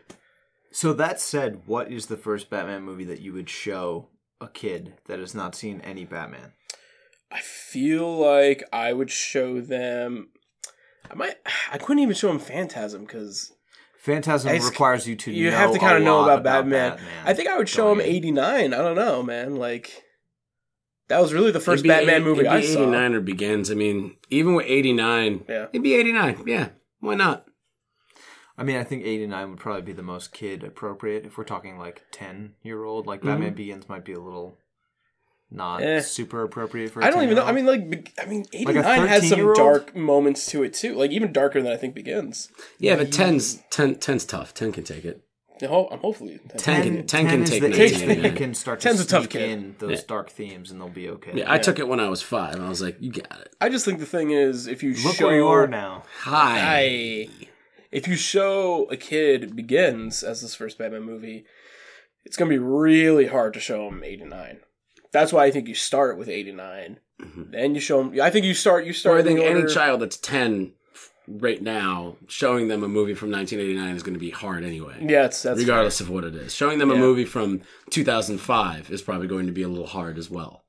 So that said, what is the first Batman movie that you would show a kid that has not seen any Batman? I feel like I would show them. I might. I couldn't even show them Phantasm because Phantasm It's- requires you to you know have to kind of know about, Batman. I think I would show Don't them you? '89. I don't know, man. Like that was really the It'd first be Batman eight- movie it'd be I saw. 89 or begins. I mean, even with 89, Yeah. it'd be 89. Yeah, why not? I mean, I think eighty nine would probably be the most kid appropriate if we're talking like ten year old. Like Batman Begins might be a little not Mm-hmm. Eh. super appropriate for. I I don't even know. I mean, like, be- I mean, eighty Like a nine has some 13-year-old? dark moments to it too. Like even darker than I think begins. Yeah, but 10's, 10, 10's tough. 10 can take it. You know, I'm hopefully 10 can, 10 can is take the age that you 1989. can start to Ten's a tough sneak kid. in those dark themes and they'll be okay. Yeah, I took it when I was five. and I was like, you got it. I just think the thing is, if you Look show where you are now. Hi. I, if you show a kid begins as this first Batman movie, it's gonna be really hard to show him eighty nine. That's why I think you start with eighty Mm-hmm. Then you show him. I think you start. You Or start. I in the think any order- child that's 10 f- right now, showing them a movie from 1989 is going to be hard anyway. Yeah, that's that's regardless of what it is. Showing them a Yeah. movie from 2005 is probably going to be a little hard as well.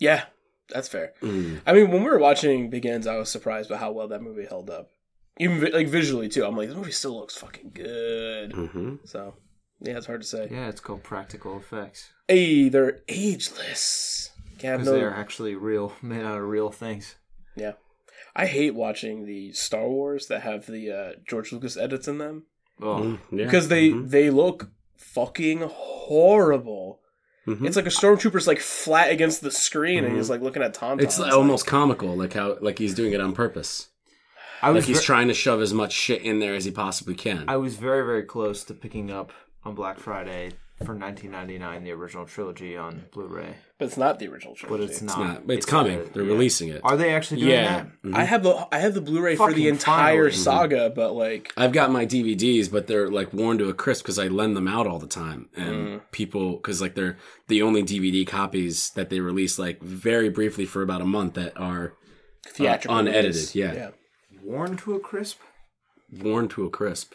Yeah, That's fair. Mm-hmm. I mean, when we were watching Begins, I was surprised by how well that movie held up, even vi- like visually too. I'm like, the movie still looks fucking good. Mm-hmm. So yeah, it's hard to say. Mm. Yeah, it's called practical effects Hey, they're ageless. Can't because have no- they are actually real, (laughs) made out of real things. I hate watching the Star Wars that have the uh, George Lucas edits in them Mm. Oh, because they Mm-hmm. they look fucking horrible. Mm-hmm. It's like a stormtrooper's like flat against the screen and he's like looking at Tom. it's almost comical, like how like he's doing it on purpose. I Like was he's ver- trying to shove as much shit in there as he possibly can. I was very very close to picking up on Black Friday for 19.99 the original trilogy on Blu-ray, but it's not the original trilogy. but it's not. Not- Oh, it's, coming. uh, They're yeah. releasing it. Are they actually doing yeah, that? Mhm. I have the I have the Blu-ray for the Fucking entire finally. saga, but like I've got my DVDs, but they're like worn to a crisp because I lend them out all the time, and Mm. people because like they're the only DVD copies that they release like very briefly for about a month that are theatrical, Uh, unedited, release. yeah. Worn to a crisp. worn to a crisp,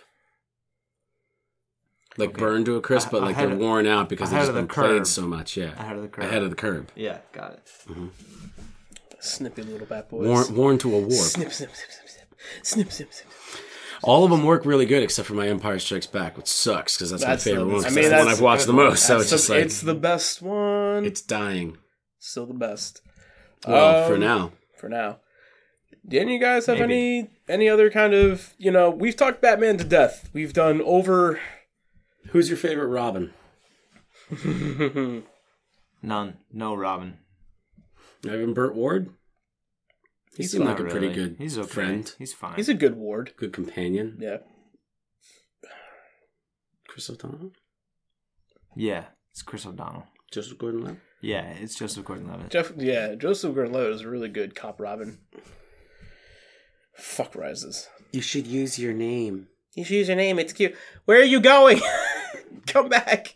like burned to a crisp, but like ahead they're of- worn out because they've ahead just of the been played curve. so much. Yeah, Ahead of the curve. ahead of the curb, Yeah, got it. snippy little bat boys. worn, worn to a warp. Snip, snip, snip, snip, snip, snip, snip, snip. All of them work really good except for my Empire Strikes Back, which sucks because that's, That's my favorite the- one. 'cause I mean, that's the one that's- I've watched the most. So it's So just like it's the best one. it's dying. Still the best Well, for Um, now, for now. Didn't you guys have any any other kind of you know? We've talked Batman to death. We've done over. (laughs) who's your favorite Robin? None. No Robin. Evan Burt Ward. He seemed like a pretty good He's okay. friend, He's fine. He's a good ward. good companion. Yeah, Chris O'Donnell, yeah, it's Chris O'Donnell. Joseph Gordon-Levitt. Yeah, it's Joseph Gordon-Levitt. Jeff. Yeah, Joseph Gordon-Levitt is a really good cop. Robin. Fuck rises. You should use your name. You should use your name. It's cute. Where are you going? (laughs) Come (laughs) back.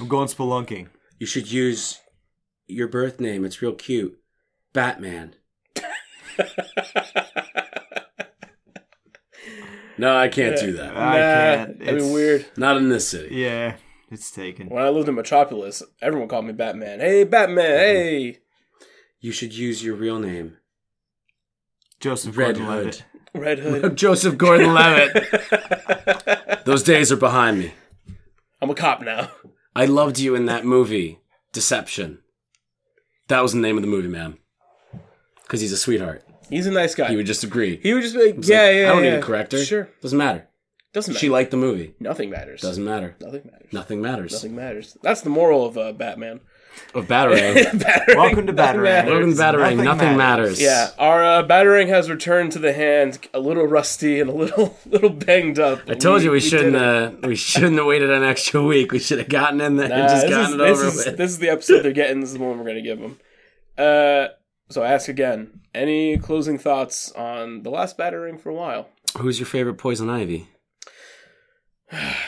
I'm going spelunking. You should use your birth name. It's real cute. Batman. No, I can't do that. I can't. That'd be It's- weird. Not in this city. Yeah, it's taken. When I lived in Metropolis, everyone called me Batman. Hey, Mm-hmm. Batman. Hey, You should use your real name. Joseph Red Gordon-Levitt. Red (laughs) Hood. (laughs) Joseph Gordon-Levitt. (laughs) Those days are behind me. I'm a cop now. I loved you in that movie, Deception. That was the name of the movie, man. Because he's a sweetheart. He's a nice guy. He would just agree. He would just be like, yeah, Like, yeah. I don't yeah. need to correct her. Sure, Doesn't matter. doesn't matter. She liked the movie. Nothing matters. Doesn't matter. Nothing matters. Nothing matters. Nothing matters. That's the moral of uh, (laughs) Batman. Of (laughs) Batarang. Batarang. Welcome to Nothing Batarang. matters. Logan Batarang. Nothing Nothing matters. matters. Yeah, our uh, battering has returned to the hand, a little rusty and a little (laughs) little banged up. I told you we, did shouldn't. it. Uh, we shouldn't have waited an extra (laughs) week. We should have gotten in there and Uh, just this, gotten is, it this, over is, with. this is the episode they're getting. This is the one we're going to give them. Uh, so I ask again: any closing thoughts on the last battering for a while? Who's your favorite Poison Ivy?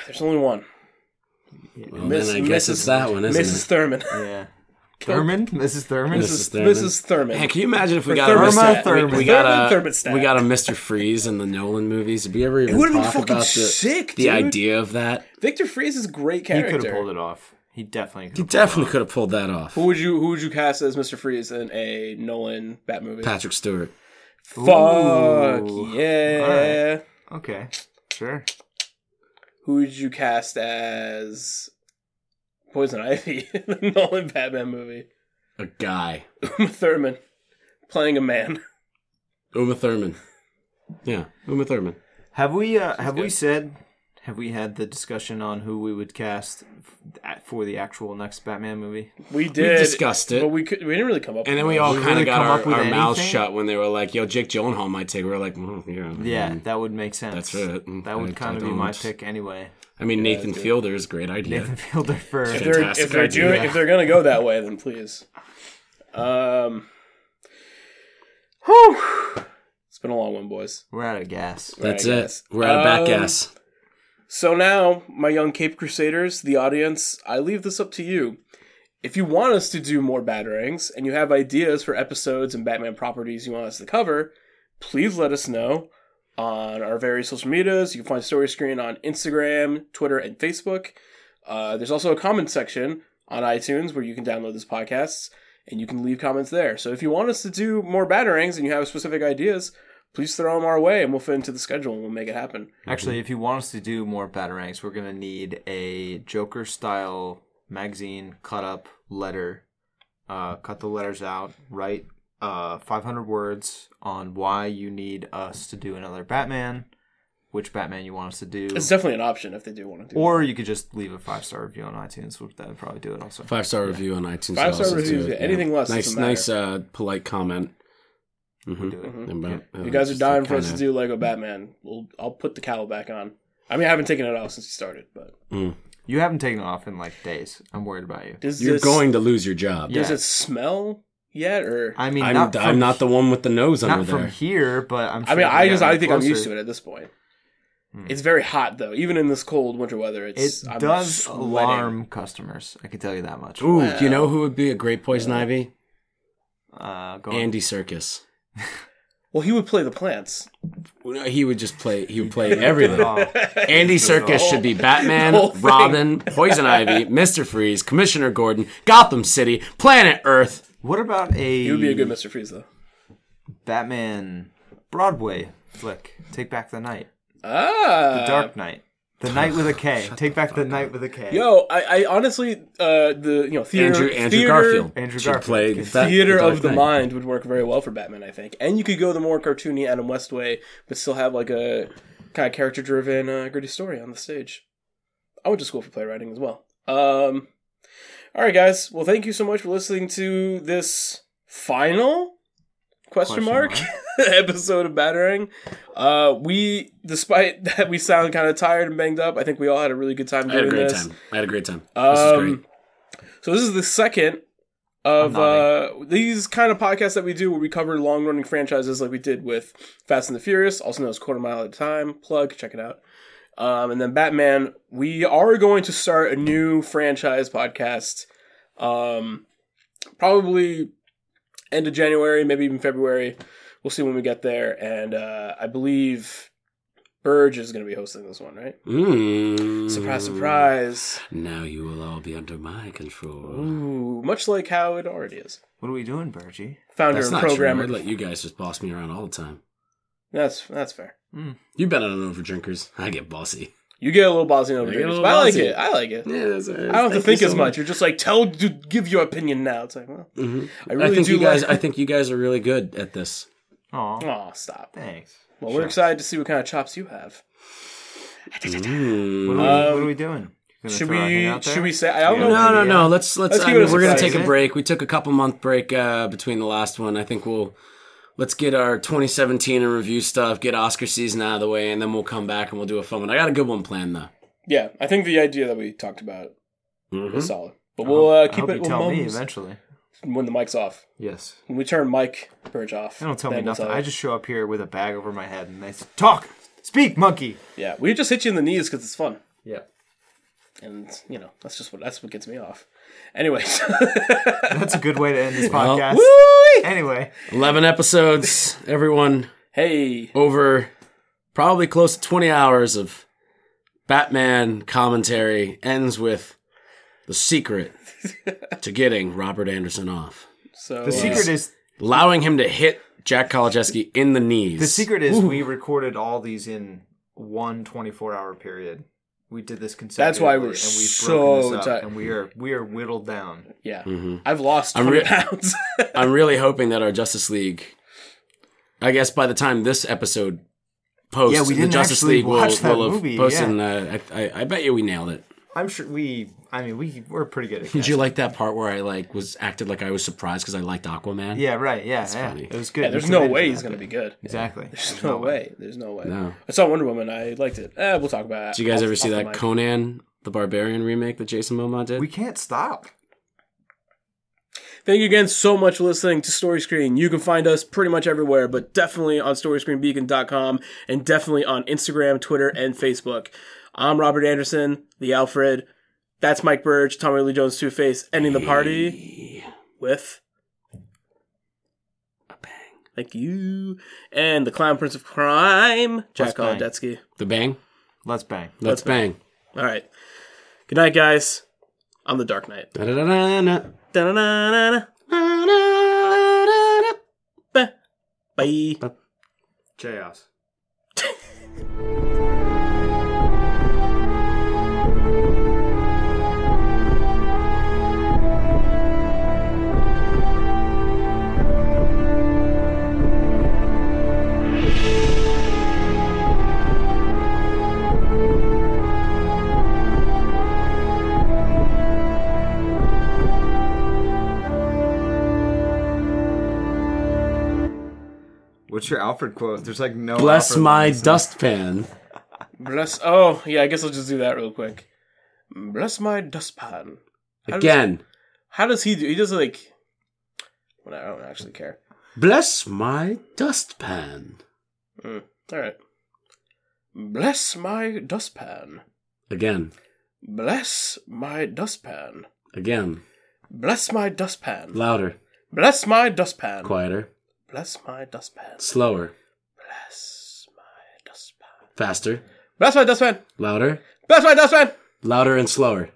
There's only one. Well, then I guess it's that one, isn't Mrs. Thurman. (laughs) Yeah. Thurman? Mrs. Thurman? it? Mrs. Thurman. Mrs. Thurman. Hey, can you imagine if we Or got a thermostat. Mr. We, we Thermostat. got a Thermostat. we got a Mr. Freeze in the Nolan movies? Did we ever even would've been talk fucking about the, sick, the dude. idea of that? Victor Freeze is a great He character. could have pulled it off. He definitely could He have. definitely could have pulled that off. Who would you who would you cast as Mr. Freeze in a Nolan Bat movie? Patrick Stewart. Fuck yeah! Okay. Sure. Who would you cast as Poison Ivy (laughs) in the Nolan Batman movie? A guy. Uma Thurman playing a man. Uma Thurman. Yeah, Uma Thurman. Have we uh, have we said have we had the discussion on who we would cast f- at- for the actual next Batman movie? Mm-hmm. We did discussed it. but we could we didn't really come up. And then with we all We kind of really got come our, up with our mouths anything? shut when they were like, "Yo, Jake Gyllenhaal might take." it." We are like, mm, yeah, Yeah, that would make sense. That's it. Mm, That I- would kind I of be my don't- pick anyway. I mean, Nathan Fielder is a great (laughs) idea. Nathan Fielder for one. if they're, Fantastic if they're idea. doing if they're gonna go that way, then please. Um, whew. it's been a long one, boys. we're out of gas. That's Right, it. guys. We're out of back Um, gas. So now, my young Cape Crusaders, the audience, I leave this up to you. If you want us to do more Batarangs and you have ideas for episodes and Batman properties you want us to cover, please let us know on our various social medias. You can find Story Screen on Instagram, Twitter, and Facebook. Uh, there's also a comment section on iTunes where you can download this podcast. and you can leave comments there. So if you want us to do more batterings and you have specific ideas, please throw them our way and we'll fit into the schedule and we'll make it happen. Mm-hmm. Actually, if you want us to do more batarangs, we're gonna need a Joker style magazine cut up letter. Uh, cut the letters out. Write uh 500 words on why you need us to do another Batman, which Batman you want us to do, It's definitely an option if they do want to do. or you could just leave a five star review on iTunes, which that would probably do it also. Five star review on iTunes. Five-star also, reviews, too. yeah, anything less Nice, doesn't matter. nice, uh, polite comment. Mm-hmm. Do it. you guys are dying for us to do Lego Batman. We'll, I'll put the cowl back on. I mean, I haven't taken it off since you started, but You haven't taken it off in like days. I'm worried about you. does You're this, going to lose your job. Yeah. Does it smell yet, or I mean, I'm, not not from, I'm not the one with the nose not under from there. here, but I'm. Sure I mean, if I get just I any think I'm used closer- to it at this point. It's very hot though, even in this cold winter weather. It's It I'm does sweating. alarm customers. I can tell you that much. Ooh, you know who would be a great poison ivy? Uh, go on. Andy Circus. Well, he would play the plants. He would just play. He would play everything. (laughs) Oh. Andy Circus should be the whole Batman, thing. Robin, Poison Ivy, Mister Freeze, Commissioner Gordon, Gotham City, Planet Earth. What about a, He would be a good Mr. Freeze though. Batman Broadway flick? Take Back the Night, Ah, Dark Knight, The Night with (laughs) a K. Take Back the Night with a K. yo, I, I honestly, uh, the you know theater, Andrew Andrew theater- Garfield. Andrew should Garfield. play Good. that- Theater Dark of the Knight. mind would work very well for Batman, I think, and you could go the more cartoony Adam West way, but still have like a kind of character-driven, uh, gritty story on the stage. I went to school for playwriting as well. Um, all right, guys. Well, thank you so much for listening to this final question, Question mark, (laughs) episode of Battering. Uh, we, despite (laughs) that, we sound kind of tired and banged up. I think we all had a really good time I had doing a great this. time. I had a great time. This is great. Um, so this is the second of uh, these kind of podcasts that we do where we cover long running franchises like we did with Fast and the Furious, also known as Quarter Mile at a Time. Plug, check it out. Um, and then Batman, we are going to start a new franchise podcast. Um, probably end of January, maybe even February. We'll see when we get there. And uh, I believe Burge is going to be hosting this one, right? Mm. Um, Surprise, surprise. Now you will all be under my control. Ooh, much like how it already is. What are we doing, Bergie? Founder That's and not true. programmer. I'd let you guys just boss me around all the time. That's that's fair. You've been on an overdrinkers. I get (laughs) bossy. You get a little bossy over I there, get a but little I like bossy. it. I like it. Yeah, that's, I don't have to think as much. You're just like tell, do, give your opinion now. It's like, well, I really Mm-hmm. I think do you guys. like. I think you guys are really good at this. (laughs) Oh, Aw, stop. thanks. Well, we're excited to see what kind of chops you have. What are we, Mm. what are we doing? Gonna Um, Should throw our hand we? out there? Should we say? I don't know. Yeah. No, no, idea. no. Let's let's. Let's I keep mean, it a we're gonna surprise, take a eh? break. We took a couple month break uh, between the last one. I think we'll let's get our 2017 and review stuff. Get Oscar season out of the way, and then we'll come back and we'll do a fun one. I got a good one planned though. Yeah, I think the idea that we talked about Mhm. is solid, but we'll uh, Hmm? I keep hope it you with tell me mums eventually. when the mic's off. Yes. When we turn mic purge off. They don't tell me then we'll nothing. you. I just show up here with a bag over my head and they say, talk, speak, monkey. yeah, we just hit you in the knees because it's fun. Yeah. and you know that's just what that's what gets me off. (laughs) Anyways, That's a good way to (laughs) end this Well, podcast. anyway, Eleven episodes, everyone. hey, over probably close to 20 hours of Batman commentary ends with the secret to getting Robert Anderson off, so uh, the secret is allowing him to hit Jack Kolodziejski in the knees. the secret is we recorded all these in one 24 hour period. We did this consecutively. That's why we're and we've so broken this up, tight. and we are we are whittled down. yeah, I've lost 20 Mm-hmm. re- pounds. (laughs) I'm really hoping that our Justice League, I guess by the time this episode posts, Yeah, we the didn't Justice actually League will, watch that will have movie, posted. yeah. And, uh, I, I, I bet you we nailed it. I'm sure we. I mean, we we're pretty (laughs) good at. Did guessing. you like that part where I like was acted like I was surprised because I liked Aquaman? Yeah, right. Yeah, yeah. funny. It was good. Yeah, there's no way he's gonna be good. (laughs) Exactly. There's no way. There's no way. No. I saw Wonder Woman. I liked it. Eh, we'll talk about it. Did you guys off- ever see off the that mic. Conan the Barbarian remake that Jason Momoa did? We can't stop. Thank you again so much for listening to Story Screen. You can find us pretty much everywhere, but definitely on StoryScreenBeacon.com and definitely on Instagram, Twitter, and Facebook. I'm Robert Anderson, the Alfred. That's Mike Burge, Tommy Lee Jones, Two Face, ending the party with A bang. Thank you. And the Clown Prince of Crime, Jack bang. Kolodetsky. The bang? Let's bang. Let's bang. All right. Good night, guys. I'm the Dark Knight. Da-da-da-da-da. Da-na-na-na-na. Da-da-da-da. Bye. Chaos. What's your Alfred quote? There's like no. Bless Alfred my lines. dustpan. Bless. Oh, yeah. I guess I'll just do that real quick. Bless my dustpan. How does- Again. How does he do? He does like. Well, I don't actually care. Bless my dustpan. Mm, all right. Bless my dustpan. Again. Bless my dustpan. Again. Bless my dustpan. Louder. Bless my dustpan. Quieter. Bless my dustpan. Slower. Bless my dustpan. Faster. Bless my dustpan. Louder. Bless my dustpan. Louder and slower.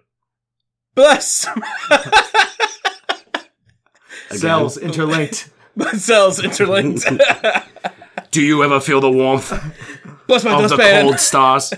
Bless (laughs) Again. cells interlinked. my cells (laughs) interlinked. Do you ever feel the warmth Bless my of the dustpan. cold stars?